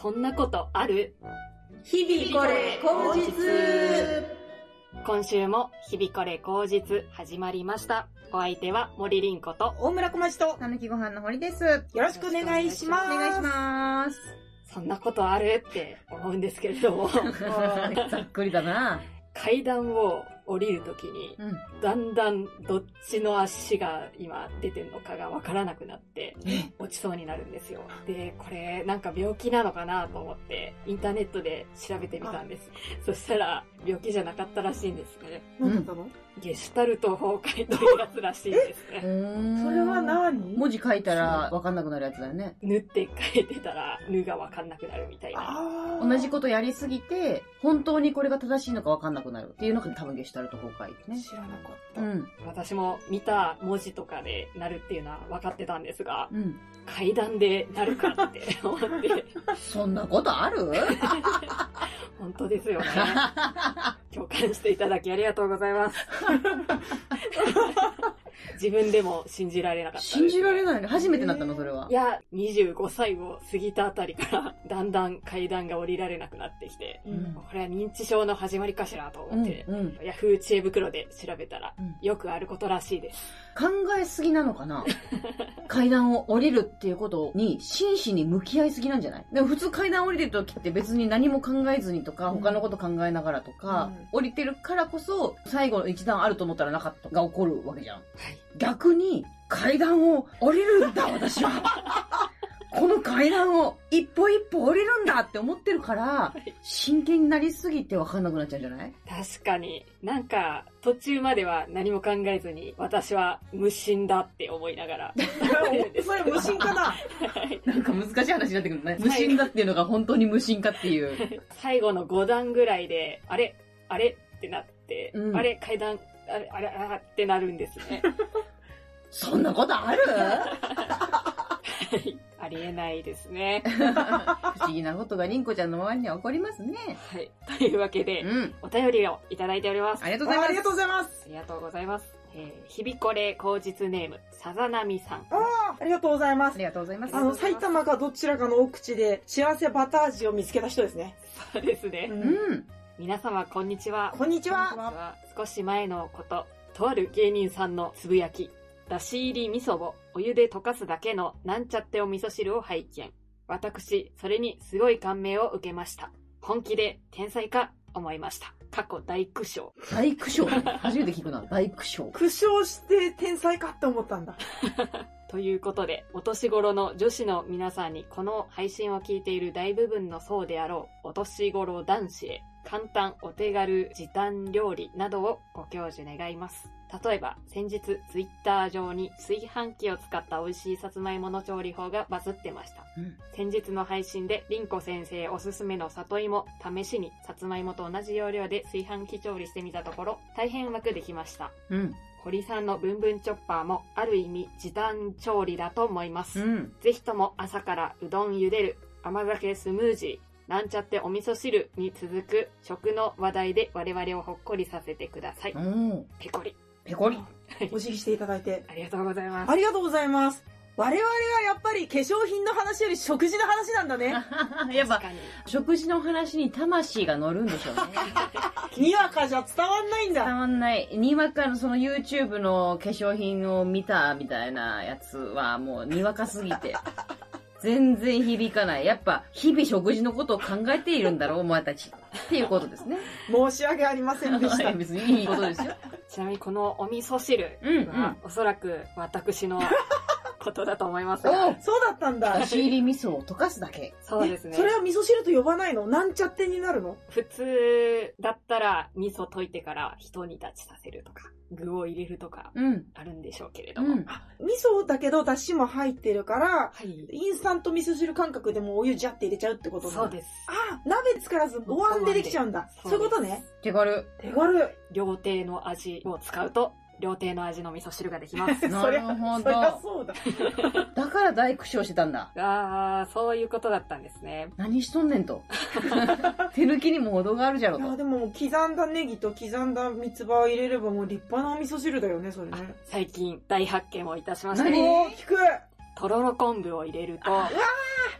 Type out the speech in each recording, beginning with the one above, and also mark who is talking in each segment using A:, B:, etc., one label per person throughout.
A: そんなことある
B: 日々これ口実
A: 今週も日々これ口実始まりました。お相手は森凛子と、
B: 大村小町と
C: たぬきご飯の堀です。よ
B: よろしくお願いします
C: お願いします。
A: そんなことあるって思うんですけれ ども、
C: ざっくりだな。
A: 階段を降りるときに、
C: うん。
A: だんだんどっちの足が今出てるのかがわからなくなって
C: え
A: 落ちそうになるんですよ。で、これなんか病気なのかなと思ってインターネットで調べてみたんです。そしたら病気じゃなかったらしいんですね。
B: 何だったの、
A: ゲシュタルト崩壊というやつらしいんですね。
B: それは何
C: 文字書いたら分かんなくなるやつだよね。
A: 縫って書いてたら、縫がわかんなくなるみたいな。
B: あー
C: 同じことやりすぎて、本当にこれが正しいのか分かんなくなるっていうのが多分ゲシュタルト崩壊ね。
B: 知らなかっ
C: う
B: た、
C: ん。
A: 私も見た文字とかでなるっていうのは分かってたんですが、
C: うん。
A: 階段でなるかって思 って、
C: そんなことある
A: 本当ですよね。共感していただきありがとうござい ます。自分でも信じられなかったです。
C: 信じられないね。初めてなったの、それは。
A: いや、25歳を過ぎたあたりから、だんだん階段が降りられなくなってきて、
C: うん
A: これは認知症の始まりかしらと思って、
C: うんうん
A: ヤフー知恵袋で調べたら、
C: うん
A: よくあることらしいです。
C: 考えすぎなのかな階段を降りるっていうことに真摯に向き合いすぎなんじゃないでも普通階段降りてる時って別に何も考えずにとか
B: うん
C: 他のこと考えながらとか、降りてるからこそ最後の一段あると思ったらなかったが起こるわけじゃん。逆に階段を降りるんだ私は この階段を一歩一歩降りるんだって思ってるから
A: い
C: 真剣になりすぎて分かんなくなっちゃうんじゃない
A: 確かに、なんか、途中までは何も考えずに、私は無心だって思いなが ら。
B: それ無心かな
A: はい
C: なんか難しい話になってくるね
A: 無心
C: だっていうのが本当に無心かっていう。
A: 最後の5段ぐらいで、あれあれってなって、
C: うん
A: あれ階段、あれあれあれってなるんです ね。
C: そんなことある
A: はいありえないですね。
C: 不思議なことがりんこちゃんの周りには起こりますね。
A: はい。というわけで、
C: うん。
A: お便りをいただいております。
C: ありがとうござい
B: あ
C: ま
B: ありが
C: す。
B: とうございます
A: ありがとうございます。えー、日々これ口実ネーム、さざなみさん。
B: あありがとうございま
C: あ
B: す
C: りがとうございます。
B: あの埼玉かどちらかの奥地で幸せバター味を見つけた人ですね、
A: そうですね。
B: う、
C: うんん。
A: 皆様、こんにちは。
B: こんにち
A: こん
B: は
A: にちは少し前のこと、とある芸人さんのつぶやき、だし入り味噌をお湯で溶かすだけのなんちゃってお味噌汁を拝見。私、それにすごい感銘を受けました。本気で天才か思いました。過去大苦笑。
C: 大苦笑。初めて聞くな。大苦笑。
B: 苦笑して天才かって思ったんだ
A: ということで、お年頃の女子の皆さんにこの配信を聞いている大部分のそうであろう、お年頃男子へ、簡単、お手軽、時短料理などをご教授願います。例えば、先日、ツイッター上に炊飯器を使った美味しいさつまいもの調理法がバズってました。
C: うん
A: 先日の配信で、りんこ先生おすすめの里芋、試しに、さつまいもと同じ要領で炊飯器調理してみたところ、大変うまくできました。
C: うん。
A: 堀さんのブンブンチョッパーもある意味時短調理だと思います。
C: うん。
A: ぜひとも朝からうどん茹でる、甘酒スムージー、なんちゃってお味噌汁に続く食の話題で我々をほっこりさせてください。
C: おー
A: ペコリ。
C: ペコリ。
B: お辞儀していただいて
A: ありがとうございます。
B: ありがとうございます我々はやっぱり化粧品の話より食事の話なんだね
C: やっぱ
A: 確、かに
C: 食事の話に魂が乗るんでし ょうね。
B: にわかじゃ伝わんないん
C: 伝
B: だ
C: わんない。にわかのその YouTube の化粧品を見たみたいなやつはもうにわかすぎ て。全然響かない。やっぱ、日々食事のことを考えているんだろう、お前たち。っていうことですね。
B: 申し訳ありませんでした
C: 別にいいことですよ。
A: ちなみにこのお味噌汁
C: うんうん
A: はおそらく私のことだと思いますが。
C: お
B: そうだったんだ
C: だし入り味噌を溶かすだけ。
A: そうですね
B: えそ。れは味噌汁と呼ばないのなんちゃってになるの
A: 普通だったら味噌溶いてから一煮立ちさせるとか、具を入れるとか
C: うん。
A: あるんでしょうけれ
C: う
A: ども。
C: ん。
B: 味噌だけど出汁も入ってるから、
A: はい。
B: インスタント味噌汁感覚でもうお湯ジャって入れちゃうってことなの
A: そうです。
B: あ、鍋作らずお椀でできちゃうんだ。
A: そ
B: そ
A: で
B: うう
A: す
B: いうことね。
C: 手軽。
B: 手軽。
A: 料亭の味を使うと、料亭の味の味噌汁ができま す。
C: なるほ
B: そりゃ
C: ど。
B: そうだ。
C: だから大苦笑してたんだ。
A: ああ、そういうことだったんですね。
C: 何しとんねんと。手抜きにも程があるじゃろ
B: いや、
C: と。
B: でも刻んだネギと刻んだ三つ葉を入れればもう立派なお味噌汁だよね、それね。
A: 最近大発見をいたしまし
C: 何
A: て、
B: おー、聞く。
A: とろろ昆布を入れると
C: あ、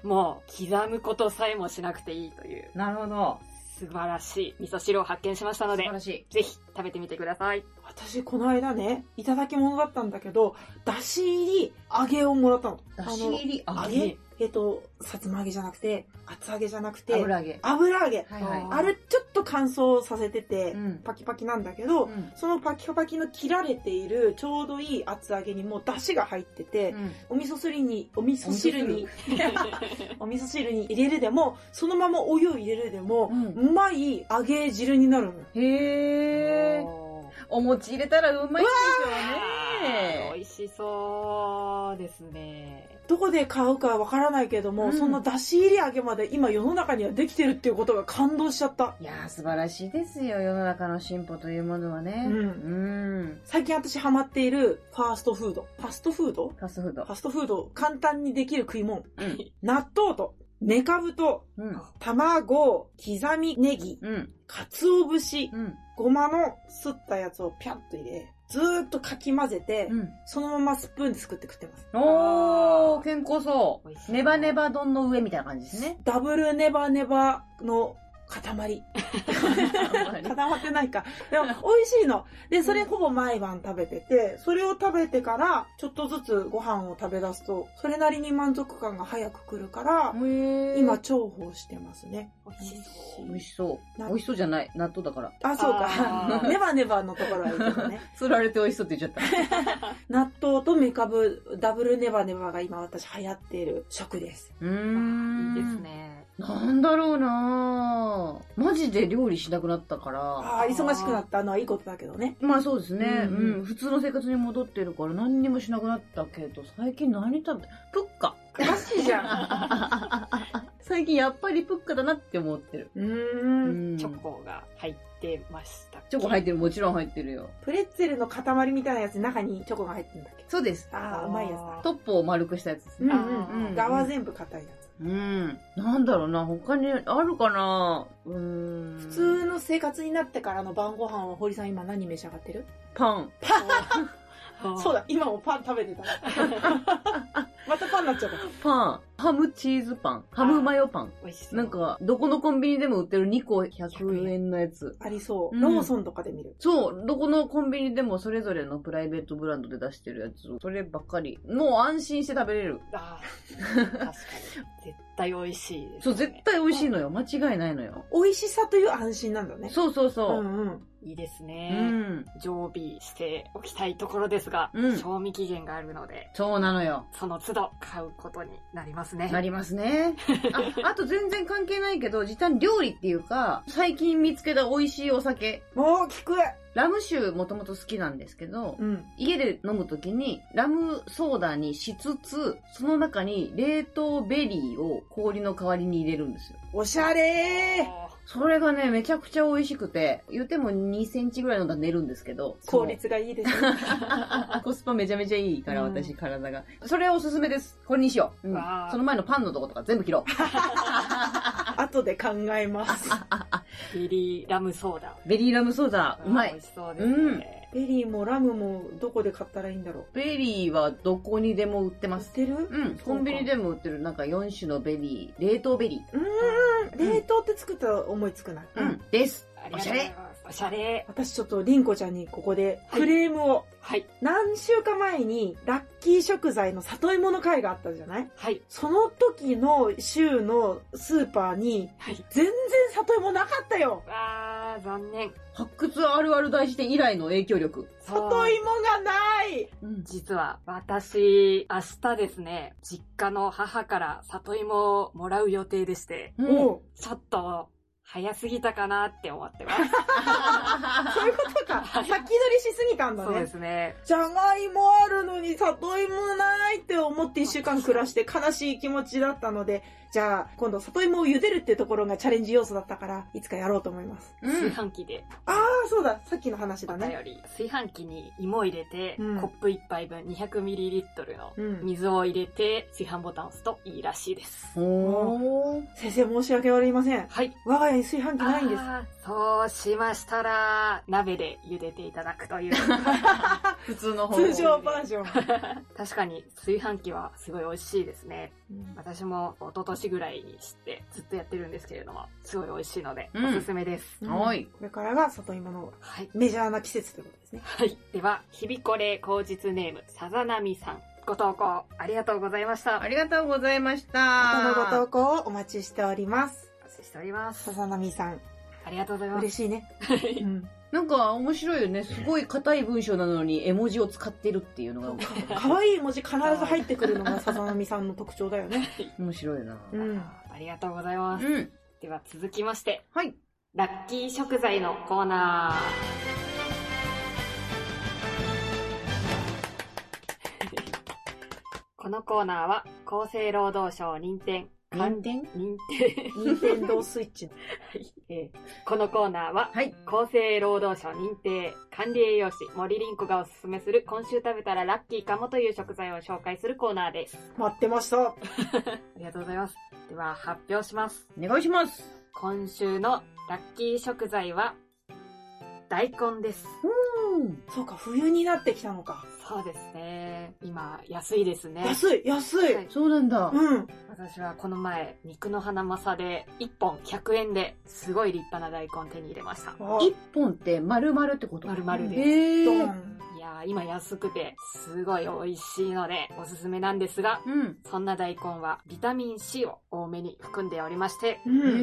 A: もう刻むことさえもしなくていいという
C: なるほど。
A: 素晴らしい味噌汁を発見しましたの
C: 素
A: で
C: 晴、らしい。
A: ぜひ食べてみてくだ さい。
B: 私、この間ね、いただき物だったんだけど、だし入り揚げをもらったの。
C: だし入り
B: あの揚
C: 揚げ。
B: げえっと、さつま揚げじゃなくて、厚揚げじゃなくて、
C: 油揚げ。
B: 油揚げ。
C: はいはい。
A: あー
B: あれ、ちょっと乾燥させてて、
C: うん。
B: パキパキなんだけど、
C: うん
B: そのパキパキの切られているちょうどいい厚揚げにもう出汁が入ってて、お味噌汁に、お味噌汁に、お味噌汁に入れるでも、そのままお湯を入れるでも
C: う、ん
B: うまい揚げ汁になるのよ。
C: へえ。
A: おー
C: お餅入れたらうまいで
A: 美
C: しょうね。
A: 味しそうですね。
B: どこで買うかわからないけども、
C: うん
B: そんな出汁入り揚げまで今世の中にはできてるっていうことが感動しちゃった。
C: いやー素晴らしいですよ、世の中の進歩というものはね。
B: うん
C: うん。
B: 最近私ハマっているファーストフード。ファストフード
C: ファストフード
B: ファ。ストフードを簡単にできる食い物。
C: うん
B: 納豆と、めかぶと、
C: うん。
B: 卵、刻みネギ、
C: うん。
B: 鰹節、
C: うん。
B: ごまのすったやつをぴゃっと入れ、ずーっとかき混ぜて、
C: うん。
B: そのままスプーンですくって食ってます。
C: おー、健康そ
A: 美味し
C: う。
A: そう
C: ネバネバ丼の上みたいな感じ ですね。
B: ダブルネバネバの塊。固まってないか。でも、美味しいの。で、それほぼ毎晩食べてて、それを食べてから、ちょっとずつご飯を食べ出すと、それなりに満足感が早く来るから、今、
C: 今、
B: 重宝してますね。
A: 美味しそう。
C: 美味しそう。
B: な
C: 美味しそうじゃない。納豆だから。
B: あ、そう
A: あ
B: か。
A: ー
B: ネバネバのところはいいけどね。
C: 釣られて美味しそうって言っちゃ った。
B: 納豆とメカブ、ダブルネバネバが今私流行っている食です。
C: うーん。
A: いいです。ね。
C: なんだろうなぁマジで料理しなくなったから。
B: ああ、忙しくなったのはいいことだけどね。
C: まあそうですね、
B: う
C: うんん、
B: うん
C: 普通の生活に戻ってるから何にもしなくなったけど、最近何食べプッカ。
B: おかしいじゃん。
C: 最近やっぱりプッカだなって思ってる。
B: うーん。
C: うん
A: チョコが入ってましたっけ。
C: チョコ入ってる、もちろん入ってるよ。
B: プレッツェルの塊みたいなやつ中にチョコが入ってるんだっけ
C: そうです。
B: ああ、うまいやつだ。
C: トップを丸くしたやつです
B: うん
C: ね。
B: うん
C: う
B: うんん。側全部硬いやつ。
C: うん。なんだろうな他にあるかなうーん。
B: 普通の生活になってからの晩ご飯は堀さん今何召し上がってる
C: パン。
B: そう
A: だ。
B: だ、今もパン食べて た。またパンになっちゃっ
C: パン。ハムチーズパン。ハムマヨパン。
A: 美味しそう。
C: なん、か、どこのコンビニでも売ってる2個100円のやつ。
B: た。ありそう。
C: うん
B: ローソンとかで見る。
C: そう、どこのコンビニでもそれぞれのプライベートブランドで出してるやつを、そればっかり。もう安心して食べれる。
A: あー確かに。絶対美味しいです、ね。
C: そう、絶対美味しいのよ。間違いないのよ。
B: 美味しさという安心なんだね。
C: そうそうそうう。
B: んうん。
A: いいです
C: う
A: ね、
C: ん。
A: 常備しておきたいところですが、
C: うん
A: 賞味期限があるので、
C: そうなのよ。
A: その都度買うことになりますね。
C: なりま すね。あ、あと全然関係ないけど、時短料理っていうか、最近見つけた美味しいお酒。
B: もう聞く
C: ラム酒もともと好きなんですけど、
B: うん。
C: 家で飲むときにラムソーダにしつつ、その中に冷凍ベリーを氷の代わりに入れるんですよ。
B: おしゃれ
A: お
B: ー
A: ー
C: それがね、めちゃくちゃ美味しくて、言っても2センチぐらい飲んだら寝るんですけど。
B: 効率がい いですね。
C: そう。コスパめちゃめちゃいいから、
B: うん
C: 私、体が。それはおすすめです。これにしよう。うん
A: わー
C: その前のパンのとことか全部切 ろう。
B: 後で考えます。
A: ビリーラムソーダ。
C: ベリーラムソーダ、うま
A: 美
C: い。
A: 味しそうですね。
B: ベリーもラムもどこで買ったらいいんだろ
C: ベリーはどこにでも売って
B: う。
C: ま
B: 売っ
C: す。
B: てる
C: うん。コンビニでも売ってる、なんか4種のベリー、冷凍ベリ
B: うーん。冷凍って作ったら思いつくない。
C: ー。うん。です。
A: ありがとうございます。おしゃれ。
B: 私ちょっとりんこちゃんにここで
A: はい
B: クレームを。
A: はい。
B: 何週か前にラッキー食材の里芋の会があったじゃない
A: はい。
B: その時の週のスーパーに
A: はい。
B: 全然里芋なかったよ
A: わー、残念。
C: 発掘あるある大辞典以来の影響力。
A: そう
B: 里芋がない
C: うん。
A: 実は私、明日ですね、実家の母から里芋をもらう予定でして、
C: うん。
B: う
A: ちょっと早すぎたかなって思ってます。
B: そういうことか。先取りしすぎたんだ
A: そうで
B: ね。
A: すね。
B: じゃがいもあるのに里芋ないって思って一週間暮らして悲しい気持ちだったので、じゃあ今度里芋を茹でるってところがチャレンジ要素だったから、いつかやろうと思います。
C: う
A: 炊
C: ん。
A: 飯器で、
B: ああ、そうだ、さっきの話だ
A: お便
B: ね。
A: り、炊飯器に芋を入れて、
B: うん
A: コップ1杯分 200ml の
B: うん。
A: 水を入れて、炊飯ボタンを押すといいらしいです。
C: おー。
B: 先生申し訳ありません。
A: はい。
B: 我が家にに炊飯器ないんです。
A: あーそうしましたら、鍋で茹でていただくと いう。
C: 普通の方法
B: 通常バージョン。
A: 確かに炊飯器はすごい美味しいですね。私も一昨年ぐらいに知ってずっとやってるんですけれども、すごい美味しいので、
C: うん
A: おすすめです。
B: うん
C: は。い。
B: これからが里芋の
A: はい。
B: メジャーな季節ということですね。
A: はい。では、ひびこれ口実ネーム、さざなみさん。ご投稿ありがとうございました。
C: ありがとうございました。
B: またのご投稿をお待ちしております。
A: お待ちしております
B: さ。ざなみさん、
A: ありがとうございます。
B: 嬉しいね。
A: はい
B: うん。
C: なんか面白いよね。すごい硬い文章なのに絵文字を使ってるっていうのが
B: 可愛い文字必ず入ってくるのがさざなみさんの特徴だよね。
C: 面白いな。
B: う。
A: うんんありがとうございます。
C: うん。
A: では続きまして、
C: はい。
A: ラッキー食材のコーナー。このコーナーは厚生労働省認定
C: 寒天
A: 認定、
B: 任天堂スイッチ。
A: えーこのコーナーは
C: はい。
A: 厚生労働省認定管理栄養士森凛子がおすすめする今週食べたらラッキーかもという食材を紹介するコーナーです。
B: 待ってました。
A: ありがとうございます。では発表します。
C: お願いします。
A: 今週のラッキー食材は大根です。
C: うん。
B: そうか、冬になってきたのか。
A: そうですね。今、安いですね。
B: 安い、安い。
A: はい
C: そうなんだ。
B: うん。
A: 私はこの前、肉の花まさで、1本100円ですごい立派な大根手に入れました。
B: あ
C: 一本って丸々ってこと
A: 丸々です。
C: へ
B: ド
C: ー。
B: ン。
A: いやー、今安くて、すごい美味しいので、おすすめなんですが、
C: うん。
A: そんな大根はビタミン C を多めに含んでおりまして、
B: うん。
C: へ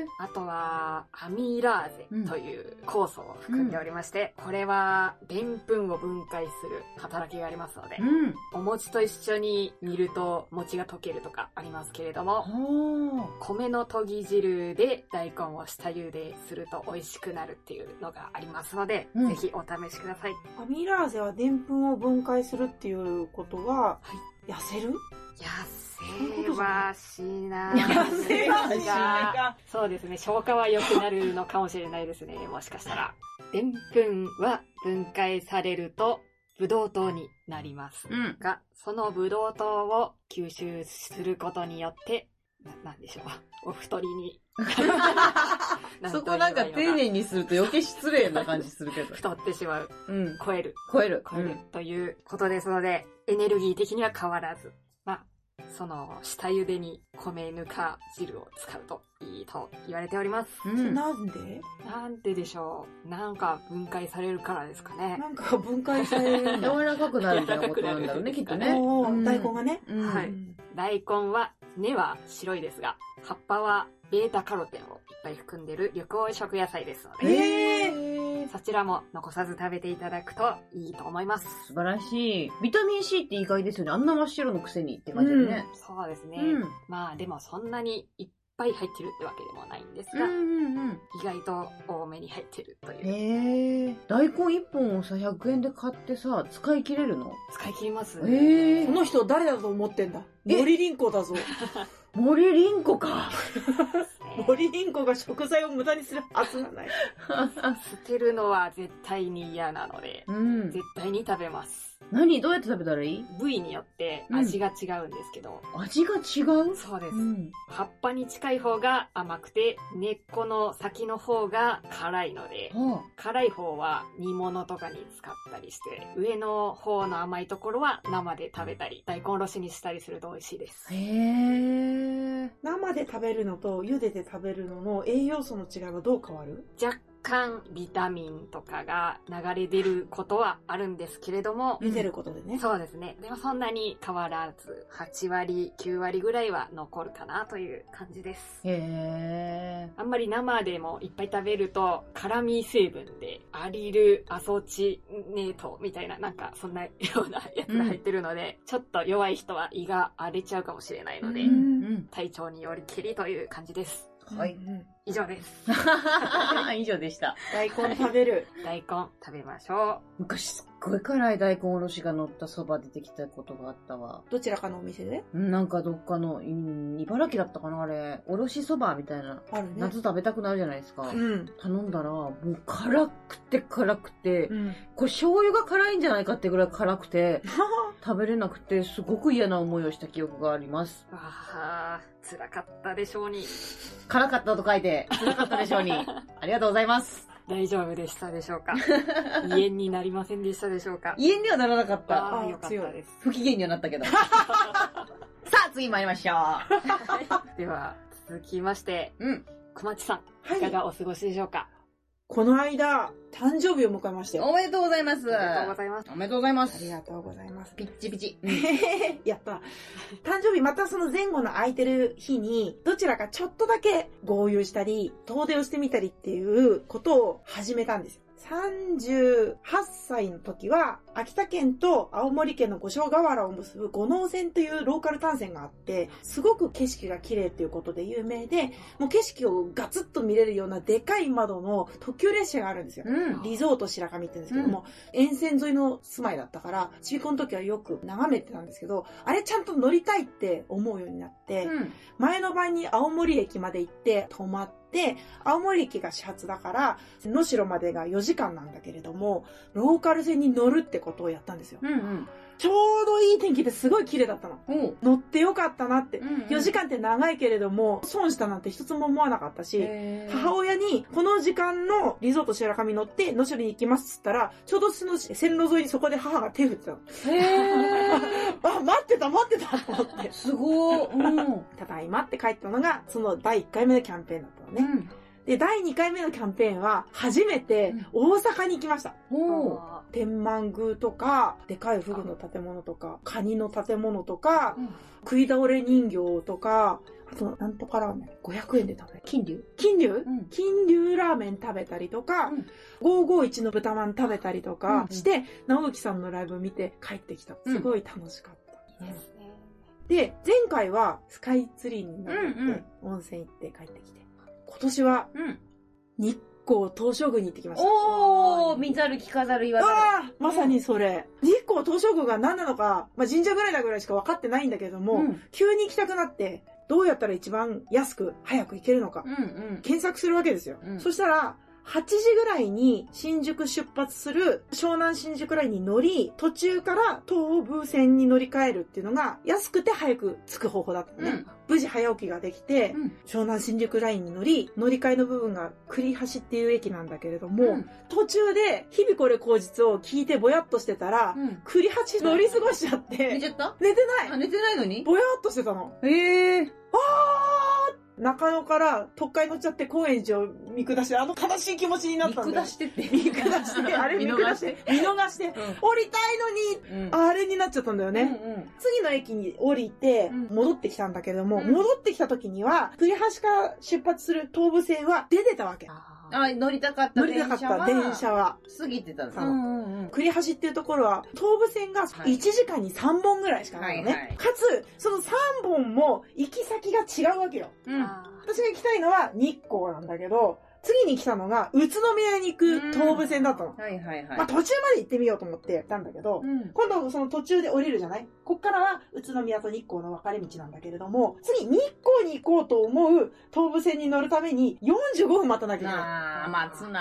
C: ー。
A: あとは、アミラーゼという酵素を含んでおりまして、これは、でんぷんを分解する働きがありますので
C: う、ん。
A: お餅と一緒に煮ると餅が溶けるとかありますけれども、
C: は
A: 米の研ぎ汁で大根を下茹ですると美味しくなるっていうのがありますので、
C: うん
A: ぜひお試しください。
B: アミラーゼはでんぷんを分解するっていうことは、痩せる
A: 痩せはしない。
C: 痩せはしな
A: そうですね、消化は良くなるのかもしれないですね、もしかしたら。でんぷんは分解されると、ブドウ糖になります
C: ー。。うん。
A: が、そのブドウ糖を吸収することによって、な、なんでしょう。お太り に。
C: そこなんか丁寧にすると余計失礼な感じするけど。
A: 太ってしまう。
C: うん。
A: 超える。
C: 超える。
A: 超える。ということですので、エネルギー的には変わらず。まあ、その、下茹でに米ぬか汁を使うといいと言われております。
C: うん。うん。
B: なんで
A: なんででしょう。なんか分解されるからですかね。
B: なんか分解されるん だ。
C: 柔らかくなるみたいなことなんだろうね、きっとね。
B: おー
C: うん
B: 大根がね。
C: うん
A: はい
B: うん
A: 大根は、根は白いですが、葉っぱはベータカロテンをいっぱい含んでる緑黄色野菜ですので、
C: へー
A: そちらも残さず食べていただくといいと思います。
C: 素晴らしい。ビタミン C って意外ですよね。あんな真っ白のくせにって感じだね。
A: そうですね。
C: うん。
A: まあでもそんなにいっぱい入ってるってわけでもないんです
C: うん
A: が、
C: うんうん。
A: 意外と多めに入ってるという。
C: へえ。大根一本をさ、100円で買ってさ、使い切れるの
A: 使い切ります
C: へえ
B: この人誰だと思ってんだ
C: え
B: 森林子 だぞ。
C: 森凛子か。
B: 森林子が食材を無駄にするはずがない。
A: 捨てるのは絶対に嫌なので、
C: うん。
A: 絶対に食べます。
C: 何どうやって食べたらいい
A: 部位によって味が違うんですけど、
C: 味が違う
A: そうです。
C: ん。
A: 葉っぱに近い方が甘くて、根っこの先の方が辛いので、
C: は
A: 辛い方は煮物とかに使ったりして、上の方の甘いところは生で食べたり、大根おろしにしたりすると美味しいです
C: あ。。へえ。
B: 生で食べるのと茹でて食べるのの栄養素の違いはどう変わる
A: 若干ビタミンとかが流れ出ることはあるんですけれども、
B: 茹でることでね。
A: そうですね。でもそんなに変わらず、8割、9割ぐらいは残るかなという感じです。
C: へえ。
A: あんまり生でもいっぱい食べると、辛味成分で、アリル、アソチネートみたいな、なんかそんなようなやつが入ってるので、ちょっと弱い人は胃が荒れちゃうかもしれないので、
B: うん
C: うん
A: 体調によりきりという感じです。
C: うん。は
B: う
C: い。
B: んうん
A: 以上です。
C: 以上でした。
B: 大根食べる。
A: 大根食べましょ
C: 昔すっごい辛い大根おろしが乗ったそば出てきたことがあったわ。
B: どちらかのお店で
C: うんなんかどっかの、うん茨城だったかなあれ。おろしそばみたいな。
B: あるね
C: 夏。食べたくなるじゃないですか。
B: うん。
C: 頼んだら、もう辛くて辛くて、
B: うん。
C: これ醤油が辛いんじゃないかってぐらい辛くて、食べれなくて、すごく嫌な思いをした記憶があります。
A: う。わあ、辛かったでしょうに。
C: 辛かったと書いて、て、辛かったでしょう に。ありがとうございます。
A: 大丈夫でしたでしょうか胃炎になりませんでしたでしょうか
C: 家にはならなかった。
A: ああ、
B: あ
A: よかったです。
C: 不機嫌にはなった けど。さあ、次参りましょ
A: では、続きまして、
C: う。うん。
A: 小町さん、
B: はい
A: いかがお過ごしでしょうか、
B: この間、誕生日を迎えましたよ。
C: おめでとうございます。
A: ありがとうございます。
C: おめでとうございま
B: あり
C: す。
B: がとうございます。
C: ピッチピチ。
B: やった。誕生日またその前後の空いてる日に、どちらかちょっとだけ合流したり、遠出をしてみたりっていうことを始めたんですよ。38歳の時は、秋田県と青森県の五所川原を結ぶ五能線というローカル単線があって、すごく景色が綺麗ということで有名で、もう景色をガツッと見れるようなでかい窓の特急列車があるんですよ。
C: うん。
B: リゾート白神って言うんですけども、沿線沿いの住まいだったから、ちびこの時はよく眺めてたんですけど、あれちゃんと乗りたいって思うようになって、
C: うん。
B: 前の晩に青森駅まで行って泊まって、青森駅が始発だから、能代までが4時間なんだけれども、ローカル線に乗るってことをやったんですよ。
C: うん。
B: ちょうどいい天気ですごい綺麗だったの。
C: うん。おう。
B: 乗ってよかったなって。4
C: 4
B: 時間って長いけれども、損したなんて一つも思わなかったし、母
C: 親。
B: 親に、この時間のリゾート白神乗って、野所に行きますっつったら、ちょうどその線路沿いにそこで母が手振ってたの。
C: へー
B: あ、待ってた待ってたと思って。
C: すごー。うん。
B: ただいまって帰ったのが、その第1回目のキャンペーンだったの
C: う
B: ね。
C: ん。
B: で、第2回目のキャンペーンは、初めて大阪に行きました。
C: おう。
A: あ
B: 天満宮とか、でかいフグの建物とか、カニの建物とか、食い倒れ人形とか、あと、なんとかラーメン。500円で食べる。
C: 金龍
B: 金龍
C: うん。
B: 金龍ラーメン食べたりとか、
C: うん
B: 551の豚まん食べたりとか
C: うん
B: して、直樹さんのライブ見て帰ってきた。
C: うん
B: すごい楽しかった。
A: ーいいですね
B: で、前回はスカイツリーに登って、
C: うんうん
B: 温泉行って帰ってきて、今年は
C: うん。
B: 日光東照宮に行ってきました。
C: おー見ざる聞かざる言わざ
B: ああまさにそれ。日光東照宮が何なのか、まあ、神社ぐらいだぐらいしか分かってないんだけども、
C: る。うん。
B: 急に行きたくなって、どうやったら一番安く早く行けるのか、
C: うんうん。
B: 検索するわけですよ。
C: うん
B: そしたら、8時ぐらいに新宿出発する湘南新宿ラインに乗り、途中から東武線に乗り換えるっていうのが安くて早く着く方法だったのね。
C: うん
B: 無事早起きができて、
C: うん。
B: 湘南新宿ラインに乗り、乗り換えの部分が栗橋っていう駅なんだけれども、
C: うん
B: 途中で日々これ口実を聞いてぼやっとしてたら、
C: うん。
B: 栗橋乗り過ごしちゃっ
C: 寝
B: て、
C: ちゃった
B: 寝て
C: あ、
B: ない
C: 寝てないのに
B: ぼやっとしてたの。
C: ええ。
B: あー中野から特快乗っちゃって高円寺を見下して、あの悲しい気持ちになったん
C: 見
B: だよ
C: 下。してって。
B: 見下して、あれ見下して、見逃して、降りたいのに、
C: うん。
B: あれになっちゃったんだよね。
C: うんうん。
B: 次の駅に降りて
C: うん、
B: 戻ってきたんだけれども、
C: うん
B: 戻ってきた時には、栗橋から出発する東武線は出てたわけ。
A: あー
C: あ、乗りたかった
B: 乗
C: 電
B: り
C: 車
B: たか
C: は。
B: った、電車は。
C: 過ぎてたの。
B: うん
C: うんうん。
B: 栗橋っていうところは、東武線が
C: はい
B: 1時間に3本ぐらいしかないのね。
C: はいはい
B: かつ、その3本も行き先が違うわけよ。
C: うん。
A: あー
B: 私が行きたいのは日光なんだけど、次に来たのが宇都宮に行く東武線だったの。
C: はいはいはい
B: まあ。途中まで行ってみようと思って行ったんだけど、
C: うん。
B: 今度その途中で降りるじゃないこっからは宇都宮と日光の分かれ道なんだけれども、次日光に行こうと思う東武線に乗るために45分待たなきゃいけない。
C: なあ、待つな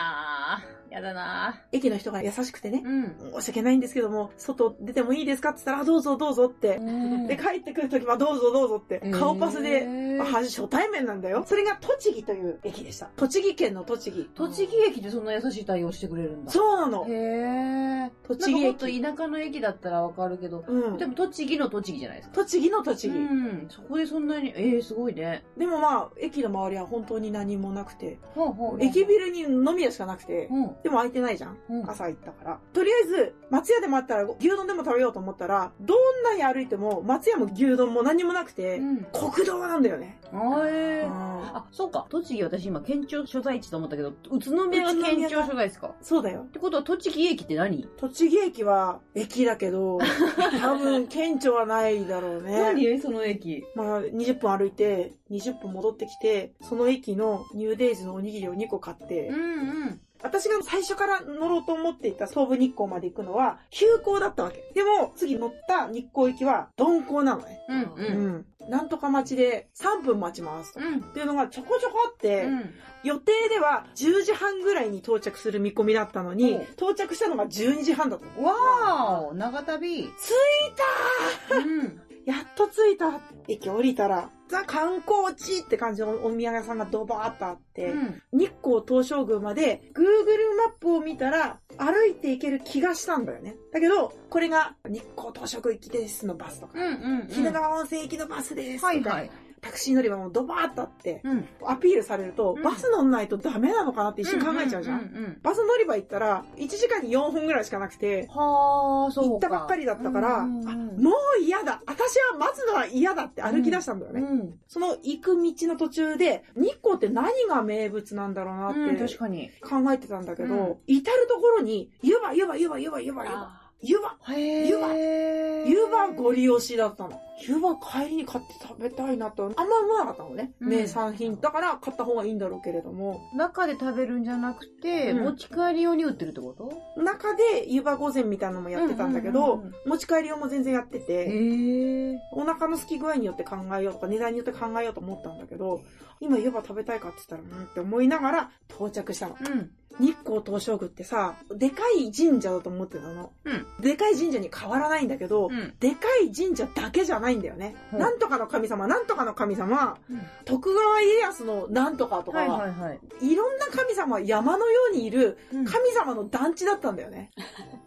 C: あ。やだなあ。
B: 駅の人が優しくてね、
C: うん。
B: 申し訳ないんですけども、外出てもいいですかって言ったら、あどうぞどうぞって。で、帰ってくるときはどうぞどうぞって、顔パス
C: え
B: で、
C: ー
B: あ初対面なんだよ。それが栃木という駅でした。栃木県の栃木。
C: 栃木駅でそんな優しい対応してくれるんだ。
B: そうなの
C: へ。え。
B: 栃木駅
C: なんかもっと田舎の駅だったらわかるけど、
B: うん
C: で。も栃木の栃木じゃないですか。
B: 栃木の栃木。
C: うん。そこでそんなに、ええ、すごいね。
B: でもまあ、駅の周りは本当に何もなくて、
C: ほうほう。
B: 駅ビルに飲み屋しかなくて、
C: うん。
B: でも空いてないじゃん
C: うん。
B: 朝行ったから。とりあえず、松屋で待ったら牛丼でも食べようと思ったら、どんなに歩いても松屋も牛丼も何もなくて、
C: うん。
B: 国道なんだよね。
C: あえー
B: あ
C: あ、そうか。栃木私今、県庁所在地と思ったけど、宇都宮が県庁所在地か。っ
B: そうだよ。
C: てことは、栃木駅って何
B: 栃木駅は駅だけ ど、多分県庁はないだろうね。
C: 何その駅。
B: まあ、20分歩いて、20分戻ってきて、その駅のニューデイズのおにぎりを2個買って、
C: うんうん。
B: 私が最初から乗ろうと思っていた東武日光まで行くのは、急行だったわけ。でも、次乗った日光行きは、鈍行なのね。
C: うんうん。
B: うん。なんとか待ちで3分待ちますと。
C: うん。
B: っていうのがちょこちょこあって、
C: うん。
B: 予定では10時半ぐらいに到着する見込みだったのに、
C: うん
B: 到着したのが12時半だったの。
C: わーお長旅。着いたうん。
B: やっと着いた駅降りたら、ザ観光地って感じのおお土産屋さんがドバーっとあって、
C: うん
B: 日光東照宮まで Google マップを見たら歩いて行ける気がしたんだよね。だけど、これが日光東照宮行きですのバスとか、
C: うんうんうん
B: 鬼怒川温泉行きのバスですとか、
C: はいはい。
B: タクシー乗り場もドバーっとあって、
C: うん。
B: アピールされると、
C: うん
B: バス乗んないとダメなのかなって一瞬考えちゃうじゃん。
C: ううん
B: バス乗り場行ったら、1時間に4本ぐらいしかなくて、
C: はあ、そうか。
B: 行ったばっかりだったから、あ、
C: うんうんうん
B: もう嫌だ私は待つのは嫌だって歩き出したんだよね。
C: うん
B: その行く道の途中で、日光って何が名物なんだろうなっ
C: うん、
B: て
C: 確かに。
B: 考えてたんだけど、
C: うん
B: 至るところに、湯葉、湯葉、湯葉、湯葉、湯葉、湯葉、
A: あ
B: 湯葉、
C: へえ。
B: 湯葉湯葉ご利用しだったの。湯葉帰りに買って食べたいなと、あんま思わなかったのね。
C: うん
B: 名産品。だから買った方がいいんだろうけれども、
C: 中で食べるんじゃなくて、
B: うん
C: 持ち帰り用に売ってるってこと
B: 中で湯葉御膳みたいなのもやってたんだけど、
C: うんうんうん
B: 持ち帰り用も全然やってて、
C: へえ。
B: お腹の空き具合によって考えようとか、値段によって考えようと思ったんだけど、今湯葉食べたいかって言ったら、うんって思いながら到着したの。
C: うん。
B: 日光東照宮ってさ、でかい神社だと思ってたの。
C: う
B: でかい神社に変わらないんだけど、
C: うん。
B: でかい神社だけじゃないんだよね。
C: うん
B: なんとかの神様、なんとかの神様、
C: うん
B: 徳川家康のなんとかとか、
C: はい
B: い
C: はいはい。
B: ろんな神様、山のようにいる
C: うん
B: 神様の団地だったんだよね。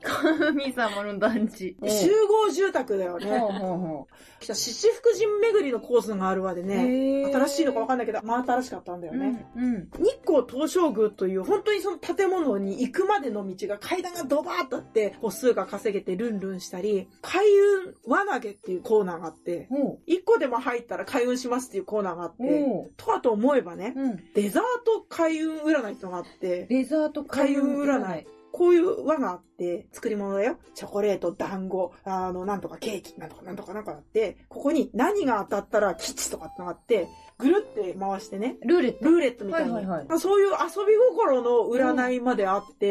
C: 神様の 団地。
B: 集合住宅だよね。
C: ほうほうほ
B: 来た七福神巡りのコースがあるわで
C: う。
B: ね。
C: へえ
B: 新しいのか分かんないけど、真新しかったんだよね。
C: うん。うん。
B: 日光東照宮という、本当にその建物に行くまでの道が階段がドバーっとあって、歩数が稼げてルンルンしたり、開運輪投げっていうコーナーがあって、
C: ほ
B: 一個でも入ったら開運しますっていうコーナーがあっ
C: う。
B: て、
C: ほ
B: とはと思えばね
C: う。、うん。
B: デザート開運占いってのがあって、
C: デザート
B: 開運占い。こういう輪があって、作り物だよ。チョコレート、団子、あの、なんとかケーキ、なんとかなんとかなんとかあって、ここに何が当たったら吉とかってのがあって、ぐるって回してね、
C: ルーレット。
B: ルーレットみたいに、
C: はいはい
B: そういう遊び心の占いまであって、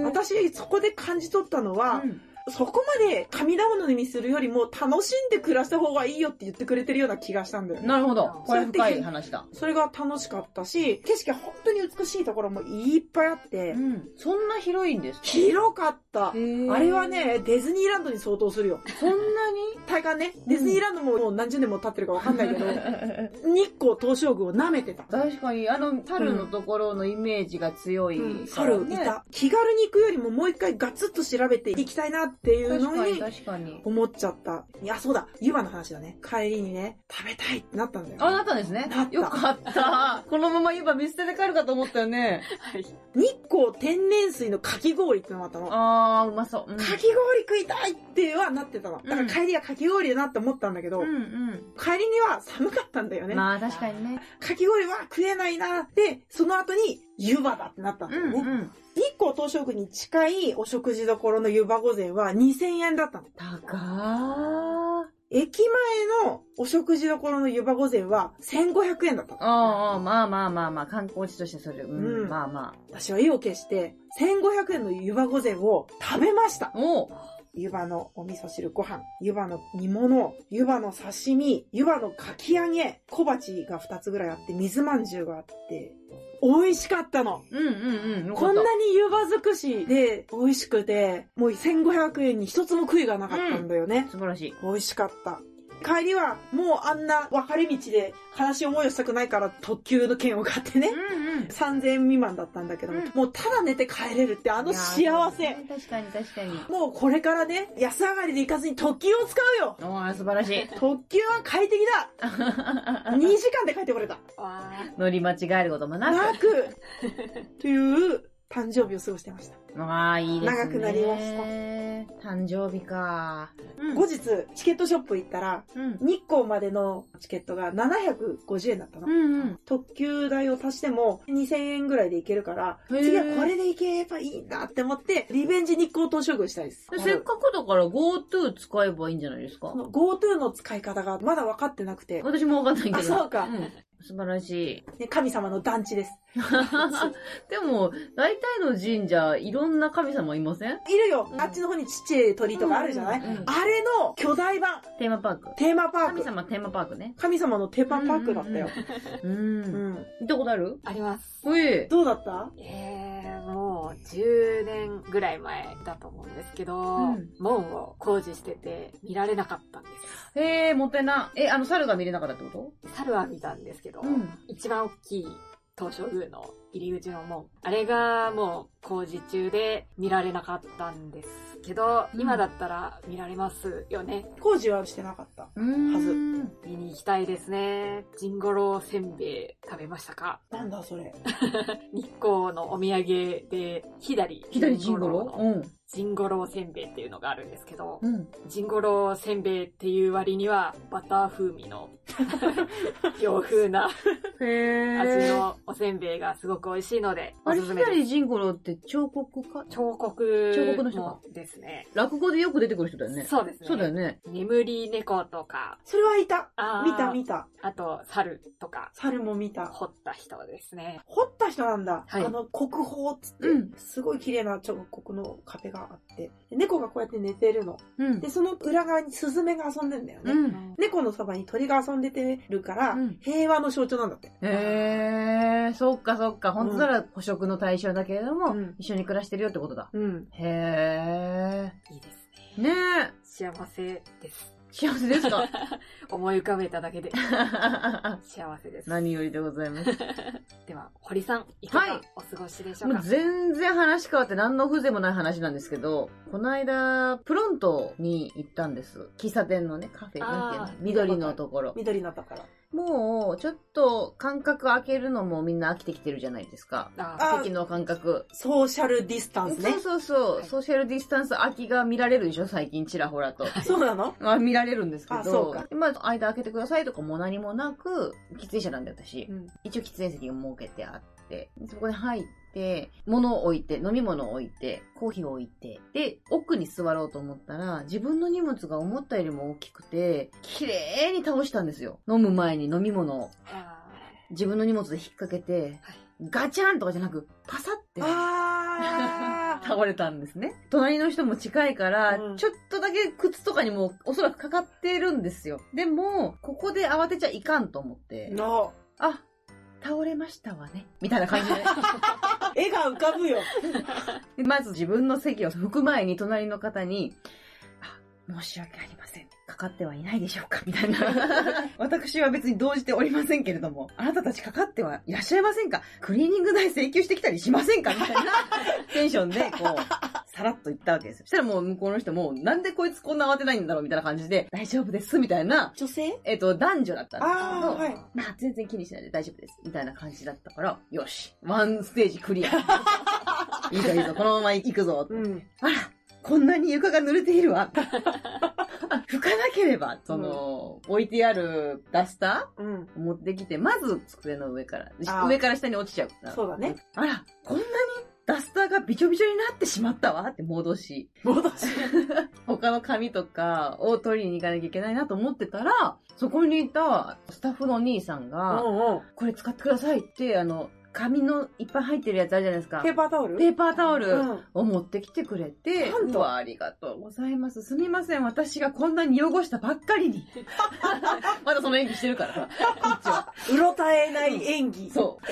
C: え
B: 私そこで感じ取ったのは、
C: うん
B: そこまで神頼みにするよりも楽しんで暮らした方がいいよって言ってくれてるような気がしたんだよね。
C: なるほど。これ
B: そうや
C: 深
B: って
C: い話だ。
B: それが楽しかったし、景色が本当に美しいところもいっぱいあって
C: う、ん。そんな広いんですか
B: 広かった。あ
C: あ
B: れは、ね、ディズニーランドに相当するよ。
C: そんな
B: 体感ね、
C: ん
B: ディズニーランドももう何十年も経ってるかわかんないけど、
C: に
B: 日光東照宮を舐めてた。
C: 確かに、あの、猿のところのイメージが強いから、
B: 猿
C: ね
B: いた。気軽に行くよりももう一回ガツッと調べていきたいなっていう
C: 確
B: の
C: かに、
B: に
C: 確かに。
B: 思っちゃった。いや、そうだ、湯葉の話だね。帰りにね、食べたいってなったんだ
C: あ、な
B: よ。
C: ったんですね
B: なっ。た
C: よかった。このまま言えば見捨てて帰るかと思ったよね。
A: はい。
B: 日光天然水のかき氷ってのがあったの。か
C: あー、うまそう。うん
B: き氷食いたいってはなってたの。だから帰りはかき氷だなって思ったんだけど、
C: うん
B: 帰りには寒かったんだよ
C: う
B: ね。
C: ん。まあ、確かにね。
B: かき氷は食えないなって、その後に湯葉だってなったん
C: う
B: だよ
C: ん
B: ね。
C: うん。
B: 日光東照宮に近いお食事処の湯葉御膳は2000円だったの。
C: 高ー。
B: 駅前のお食事処の湯葉御膳は1500円だったの。
C: あー、まあまあまあまあ、観光地としてそれ、うん、
B: うん
C: まあま
B: 私は意を決して、1500円の湯葉御膳を食べました。
C: あ。おう
B: 湯葉のお味噌汁ご飯、湯葉の煮物、湯葉の刺身、湯葉のかき揚げ、小鉢が2つぐらいあって、水まんじゅうがあって、美味しかったの。
C: うんうんうん。よか
B: こ
C: っ
B: ん
C: た
B: なに湯葉尽くしで美味しくて、もう1500円に一つも悔いがなかったんだよね。
C: 素晴らしい。
B: 美味しかった。帰りはもうあんな分かれ道で悲しい思いをしたくないから特急の券を買ってね。
C: んうん。
B: 3000円未満だったんだけども、
C: うん
B: もうただ寝て帰れるってあの
C: い
B: 幸
C: やー
B: せ。
C: 確かに確かに。
B: もうこれからね、安上がりで行かずに特急を使うよ
C: おー、素晴らし い。
B: 特急は快適だ !2 時間で帰ってこれた。
A: わー
C: 乗り間違えることもなく。
B: なくという誕生日を過ごしてました。
C: まあ、いいですね。
B: 長くなりまし
C: 誕生日か。うん
B: 後日、チケットショップ行ったら、
C: うん。
B: 日光までのチケットが750円だったの。
C: うんうん。
B: 特急代を足しても2000円ぐらいで行けるから、
C: へー
B: 次はこれで行けばいいんだって思って、リベンジ日光東照宮したいです。
C: せっかくだから GoTo 使えばいいんじゃないですか
B: この GoTo の使い方がまだ分かってなくて、
C: 私もわかんないけど。
B: あそうか
C: ん素晴らしい。
B: ね、神様の団地です。
C: でも、大体の神社、いろんな神様いません
B: いるよ、
C: うん
B: あっちの方にちっちゃい鳥とかあるじゃない、
C: うんうんうん
B: あれの巨大版、
C: テーマパーク。
B: テーマパーク。
C: 神様テーマパークね。
B: 神様のテーマパークだったよ。
C: う。
B: うん
C: 行
B: ん
C: ったことある
A: あります。
C: ほい。
B: どうだった
A: えー、ももう10年ぐらい前だと思うんですけど、
C: うん
A: 門を工事してて見られなかったんで
C: へえ、もったいな。え、あの、猿が見れなかったってこ
A: す。猿は見たんですけど、
C: とん。
A: 一番大きい東照宮の入り口の門。あれがもう工事中で見られなかったんですけど、
C: うん
A: 今だったら見られますよね。
B: 工事はしてなかった。
C: うん。
B: はず
A: 見に行きたいですね。ジンゴロウせんべい食べましたか
B: なんだそれ。
A: 日光のお土産で、左、
C: 左ジンゴ
A: の
C: ロ
A: ジンゴロウせんべいっていうのがあるんですけど
C: う、ん。うん。
A: ジンゴロウせんべいっていう割には、バター風味 の洋風な
C: へえ。
A: 味のおせんべいがすごく美味しいので、お
C: あれ、
A: すすめです。
C: 左ジンゴロって彫刻家
A: 彫刻
C: 彫刻の人か
A: もですね。
C: 落語でよく出てくる人だよね。
A: そうですね。
C: そうだよね。
A: 眠り猫とか、
B: それはいた。
A: あー
B: 見た見た。
A: あと、猿とか、
B: 猿も見た。
A: 掘った人ですね。
B: 掘った人なんだ。
A: はい
B: あの、国宝っつって、
C: うん
B: すごい綺麗な彫刻の壁があって、で猫がこうやって寝てるの。
C: うん
B: で、。その裏側にスズメが遊んでんだよね。
C: うん。
B: 猫のそばに鳥が遊んでてるから、
C: うん
B: 平和の象徴なんだって。
C: へえ、そっかそっか。本当なら捕食の対象だけれども、
B: うん
C: 一緒に暮らしてるよってことだ。
B: うん。
C: へ
A: いいです
C: え。
A: ね。
C: ねえ。
A: 幸せです。
C: 幸せですか
A: 思い浮かべただけで幸せです。
C: 何よりでございます。
A: では、堀さん、いか
C: は
A: が
C: い
A: お過ごしでしょう
C: も
A: か、
C: う全然話変わって何の風情もない話なんですけど、この間、プロントに行ったんです。喫茶店のね、カフェ、
A: あー
C: なんていうの緑のところ。
B: 緑のだから。
C: もう、ちょっと間隔空けるのもみんな飽きてきてるじゃないですか。
A: あ
B: あ
C: 席の間隔。
B: ソーシャルディスタンスね
C: そう。そうそう、
A: はい
C: ソーシャルディスタンス空きが見られるでしょ最近ちらほらと。
B: そうなの
C: まあ見られるんですけ
B: あそう
C: ど
B: か、
C: まあ間開けてくださいとかも何もなく、喫煙者なんで私、
B: うん
C: 一応喫煙席を設けてあって、そこで入って、物を置いて、飲み物を置いて、コーヒーを置いて、で、奥に座ろうと思ったら、自分の荷物が思ったよりも大きくて、綺麗に倒したんですよ。飲む前に飲み物を。
A: あ
C: 自分の荷物で引っ掛けて、
A: はい
C: ガチャンとかじゃなく、パサって。
B: あー。
C: 倒れたんですね。隣の人も近いから、
B: うん
C: ちょっとだけ靴とかにもおそらくかかってるんですよ。でも、ここで慌てちゃいかんと思 って、
B: の、
C: あ、倒れましたわね。みたいな感じ
B: 絵が浮かぶよ。
C: で。まず自分の席を拭く前に隣の方に、あ、申し訳ありません。かかってはいないでしょうかみたいな。私は別に動じておりませんけれども、あなたたちかかってはいらっしゃいませんかクリーニング代請求してきたりしませんかみたいなテンションで、こう、さらっと言ったわけですよ。そしたらもう向こうの人も、なんでこいつこんな慌てないんだろうみたいな感じで、大丈夫ですみたいな、
B: 女性
C: えっ、と、男女だったんですけ
B: あー
C: ど、
B: はい
C: まあ全然気にしないで大丈夫です。みたいな感じだったから、よし、ワンステージ クリア。いいぞいいぞ、このまま行くぞ。
B: うん。
C: あら、こんなに床が濡れているわ。拭かなければ、その、置いてあるダスタ
B: うん。
C: ー持ってきて、まず机の上から
B: あ、ー
C: 上から下に落ちちゃうから。
B: そうだね。
C: あら、こんなにダスターがびちょびちょになってしまったわって戻し。
B: 戻し。
C: 他の紙とかを取りに行かなきゃいけないなと思ってたら、そこにいたスタッフのお兄さん
B: うん
C: が、
B: うん。
C: これ使ってくださいって、あの、紙のいっぱい入ってるやつあるじゃないですか。
B: ペーパータオル
C: ペーパータオル。
B: うん。
C: を持ってきてくれて、
B: なんと
C: うわありがとうございます。すみません、私がこんなに汚したばっかりに。 まだその演技してるからさ、こっちは。
B: うろたえない演技。
C: そう。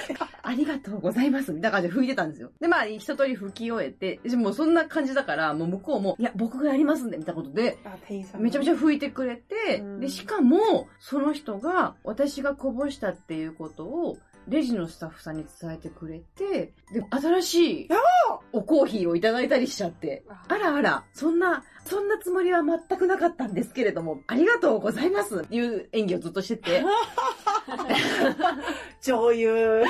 C: ありがとうございます。みたいな感じで拭いてたんですよ。で、まあ、一通り拭き終えて、でもうそんな感じだから、もう向こうも、いや、僕がやりますんで、みたいなことで、
B: あ、店員さん。
C: めちゃめ
B: ち
C: ちゃ拭いてくれて
B: うん、
C: で、しかも、その人が、私がこぼしたっていうことを、レジのスタッフさんに伝えてくれて、で、新しい
B: や、
C: おコーヒーをいただいたりしちゃって、あらあら、そんな、そんなつもりは全くなかったんですけれども、ありがとうございますっていう演技をずっとしてて、
B: ゃ。女優。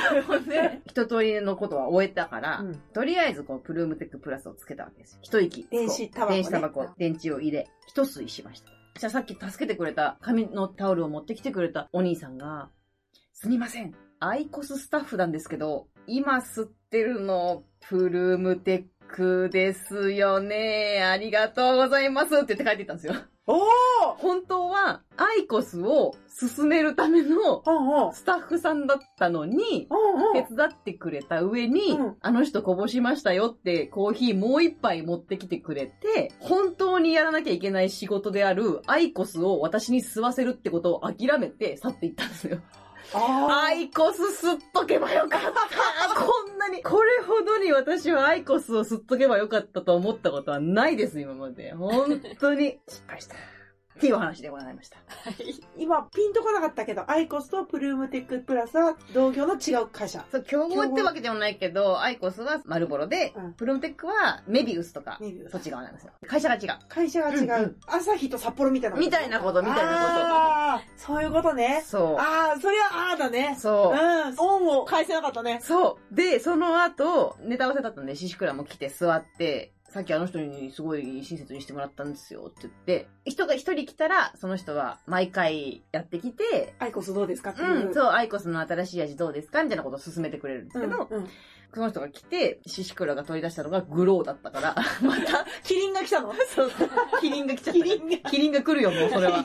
C: で一通りのことは終えたから、
B: うん
C: とりあえずこう、プルームテックプラスをつけたわけですよ。一息。
B: 電子タバコね
C: 電子タバコ、電池を入れ、一吸いしました。じゃあさっき助けてくれた、紙のタオルを持ってきてくれたお兄さんが、すみません。アイコススタッフなんですけど、今吸ってるの、プルームテックですよね。ありがとうございますって言って帰っていったんですよ。
B: おー
C: 本当は、アイコスを進めるための
B: うんうん。
C: スタッフさんだったのに、
B: うんうん
C: 手。伝ってくれた上に、
B: うん
C: あの人こぼしましたよってコーヒーもう一杯持ってきてくれて、本当にやらなきゃいけない仕事であるアイコスを私に吸わせるってことを諦めて去っていったんですよ。
B: あ
C: アイコス吸っとけばよかった。こんなに、これほどに私はアイコスを吸っとけばよかったと思ったことはないです、今まで。本当に。 失敗した。っていうお話でございました。
A: はい。
B: 今ピンとこなかったけど、アイコスとプルームテックプラスは同業の違う会社。
C: そう、競合ってわけでもないけど、アイコスはマルボロで、
B: うん
C: プルムテックはメビウスとか、
B: メビウス
C: そっち側なんですよ。会社が違う。
B: 会社が違う。
C: うんうん
B: 朝日と札幌みたいな
C: みたいなこと、みたいな
B: あーそういうこと
C: こと。
B: ね。
C: そ
B: ああ、それはああだね
C: う。。そう。
B: うん。恩を返せなかったね。
C: そう。で、その後、ネタ合わせだったんで、シシクラも来て座って、さっきあの人にすごい親切にしてもらったんですよって言って、人が一人来たら、その人は毎回やってきて、
B: アイコスどうですかっていう。
C: うん、そう、アイコスの新しい味どうですかみたいなことを勧めてくれるんですけど、
B: うんうん
C: その人が来て、シシクラが取り出したのがグローだったから、また、
B: キリンが来たの
C: そうそう、 キリンが来ちゃった
B: キ
C: から
B: リ。ンが。
C: キリンが来るよ、もう、 それは。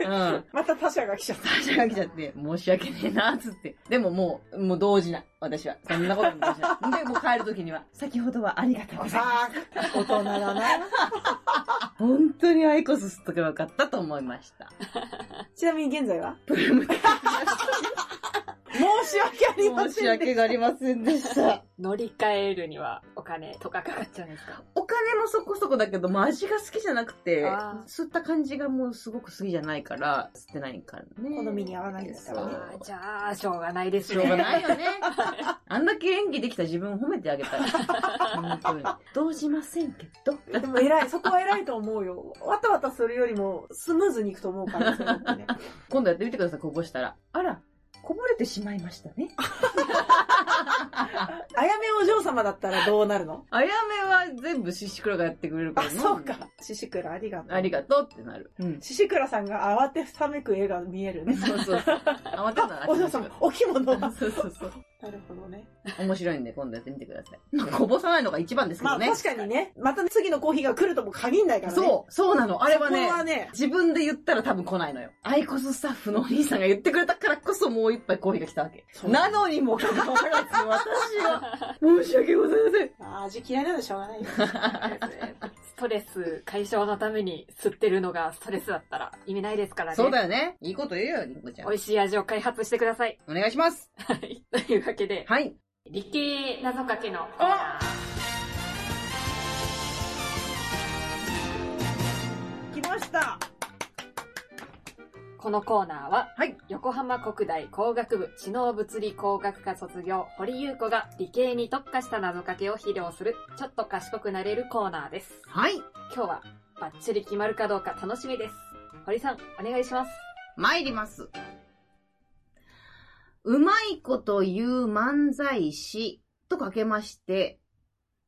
C: うん。
B: また他社が来ちゃった。
C: 最初が来ちゃって、 申し訳ねえな、つって。でももう、もう動じない。私は。そんなことも動じない。で、もう帰るときには、先ほどはありがとうございます。
B: ああ、大人だな。
C: 本当にアイコス吸っとけばよかったと思いました。
B: ちなみに現在は
C: プルムテッ
B: 申し訳ありません
C: ク。申し訳がありませんでした。
A: 乗り換えるにはお金とかかかっちゃうんですか
C: お金もそこそこだけど、もう味が好きじゃなくて
A: あー、
C: 吸った感じがもうすごく好きじゃないから、吸ってないからね。
B: 好みに合わないんだったらね
A: あーじゃあ、しょうがないです
C: しょうがないよね。あんだけ演技できた自分を褒めてあげたい。本当 に。動じませんけど。
B: でも偉い、そこは偉いと思うよ。わたわたするよりもスムーズにいくと思うから、そういうのってね。
C: 今度やってみてください、こぼしたら。あら、こぼれてしまいましたね。
B: あやめお嬢様だったらどうなるの
C: あやめは全部シシクラがやってくれるか
B: あ、
C: ら、
B: そうか。。シシクラありがとう。
C: ありがとうってなる。うん。
B: シシクラさんが慌てふためく絵が見えるね。
C: そうそうそう。あ、またな。
B: お嬢様、お着物が。
C: そうそうそう。
B: なるほどね。
C: 面白いんで、今度やってみてください。まあこぼさないのが一番ですけ
B: ま
C: ど
B: あ
C: ね。
B: 確かにね、またね次のコーヒーが来るとも限んないからね。
C: そう、そうなの。あれは
B: こ
C: ね
B: こ、はね、
C: 自分で言ったら多分来ないのよ。アイコススタッフのお兄さんが言ってくれたからこそもう一杯コーヒーが来たわけ。
B: そう
C: なのにもかかわらず私は申し訳ございません。
B: まあ味嫌いなのしょうがないよ。
A: ストレス解消のために吸ってるのがストレスだったら意味ないですからね。
C: そうだよね。いいこと言うよ、りんこちゃん
A: 美。味しい味を開発してください。
C: お願いします。
A: はい。というわけで、
C: はい。
A: 理系謎かけのコーナー
B: 来ました。
A: このコーナーは、
C: はい
A: 横浜国大工学部知能物理工学科卒業堀優子が理系に特化した謎かけを披露する、ちょっと賢くなれるコーナーです。
C: はい。
A: 今日はバッチリ決まるかどうか楽しみです。堀さん、お願いします。
C: 参ります。うまいこと言う漫才師とかけまして、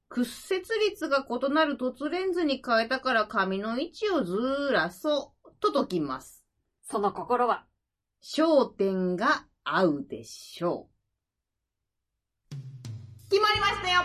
C: 屈折率が異なる凸レンズに変えたから紙の位置をずらそうと解きます。
A: その心は、
C: 焦点が合うでしょう。決まりましたよ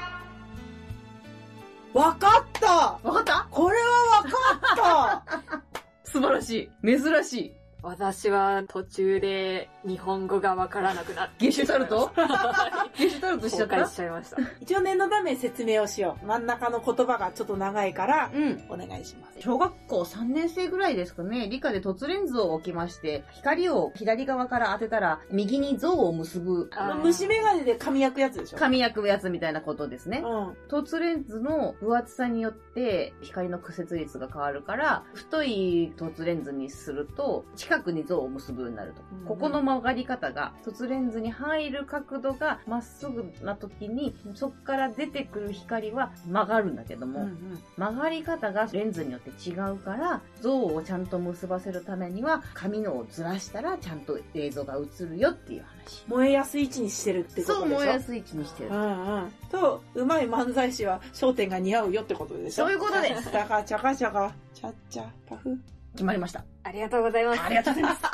B: わかった
C: わかった
B: これはわかっ
C: 素晴らしい。珍しい。
A: 私は途中で日本語がわからなくなって。
C: ゲシュタルト ゲシュタルトしちゃ
A: 崩壊
C: った
A: しちゃいました。
B: た 一応念のため説明をしよう。真ん中の言葉がちょっと長いから、
C: うん。
B: お願いします。
C: 小学校3年生ぐらいですかね、理科で凸レンズを置きまして、光を左側から当てたら、右に像を結ぶ、
A: あー
B: 虫眼鏡で髪焼くやつでしょ
C: 紙焼くやつみたいなことですね。
B: うん。
C: 凸レンズの分厚さによって、光の屈折率が変わるから、太い凸レンズにすると、近くに像を結ぶようになると
B: うん。
C: ここの曲がり方が、凸レンズに入る角度がまっすぐな時に、そこから出てくる光は曲がるんだけども、
B: うん
C: 曲がり方がレンズによって違うから像をちゃんと結ばせるためには紙のをずらしたらちゃんと映像が映るよっていう話
B: 燃えやすい位置にしてるってことでしょ
C: そう燃えやすい位置にしてる
B: うんうん。と、うまい漫才師は焦点が似合うよってことでしょ
C: そういうことです
B: だから、チャカチャカ、チャッチャ、パフ。
C: 決まりました
A: ありがとうございます。
C: ありがとうございます
B: 2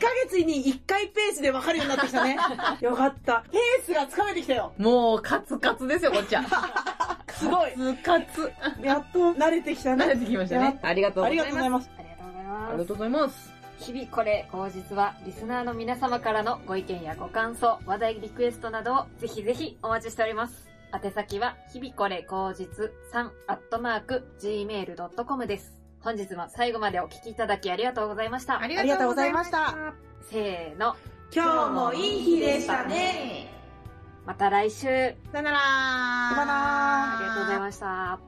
B: ヶ月に1回ペースで分かるようになってきたね。 よかった。ペースがつかめてきたよ。
C: もうカツカツですよこっち は
B: すごい
C: カ。ツカツ
B: やっと慣れてきた
C: 慣れ
B: ね。
C: てきましたねありがと う
B: あ
C: ござ
B: り
C: い
B: がとうござい
C: ます
B: ます。
A: ありがとうござい
C: あり
A: ま
C: が
A: す。
C: とうございます
A: 日々これ口実はリスナーの皆様からのご意見やご感想話題リクエストなどをぜひぜひお待ちしております宛先は日々これ口実3アットマーク gmail.com です本日も最後までお聞きいただきありがとうございました、
C: り
B: ありがとうございました。
A: せーの
B: 今日もいい日でしたね。
C: また来
A: さ
C: 週。
A: よなら
B: さよなら
C: ありがとうございました。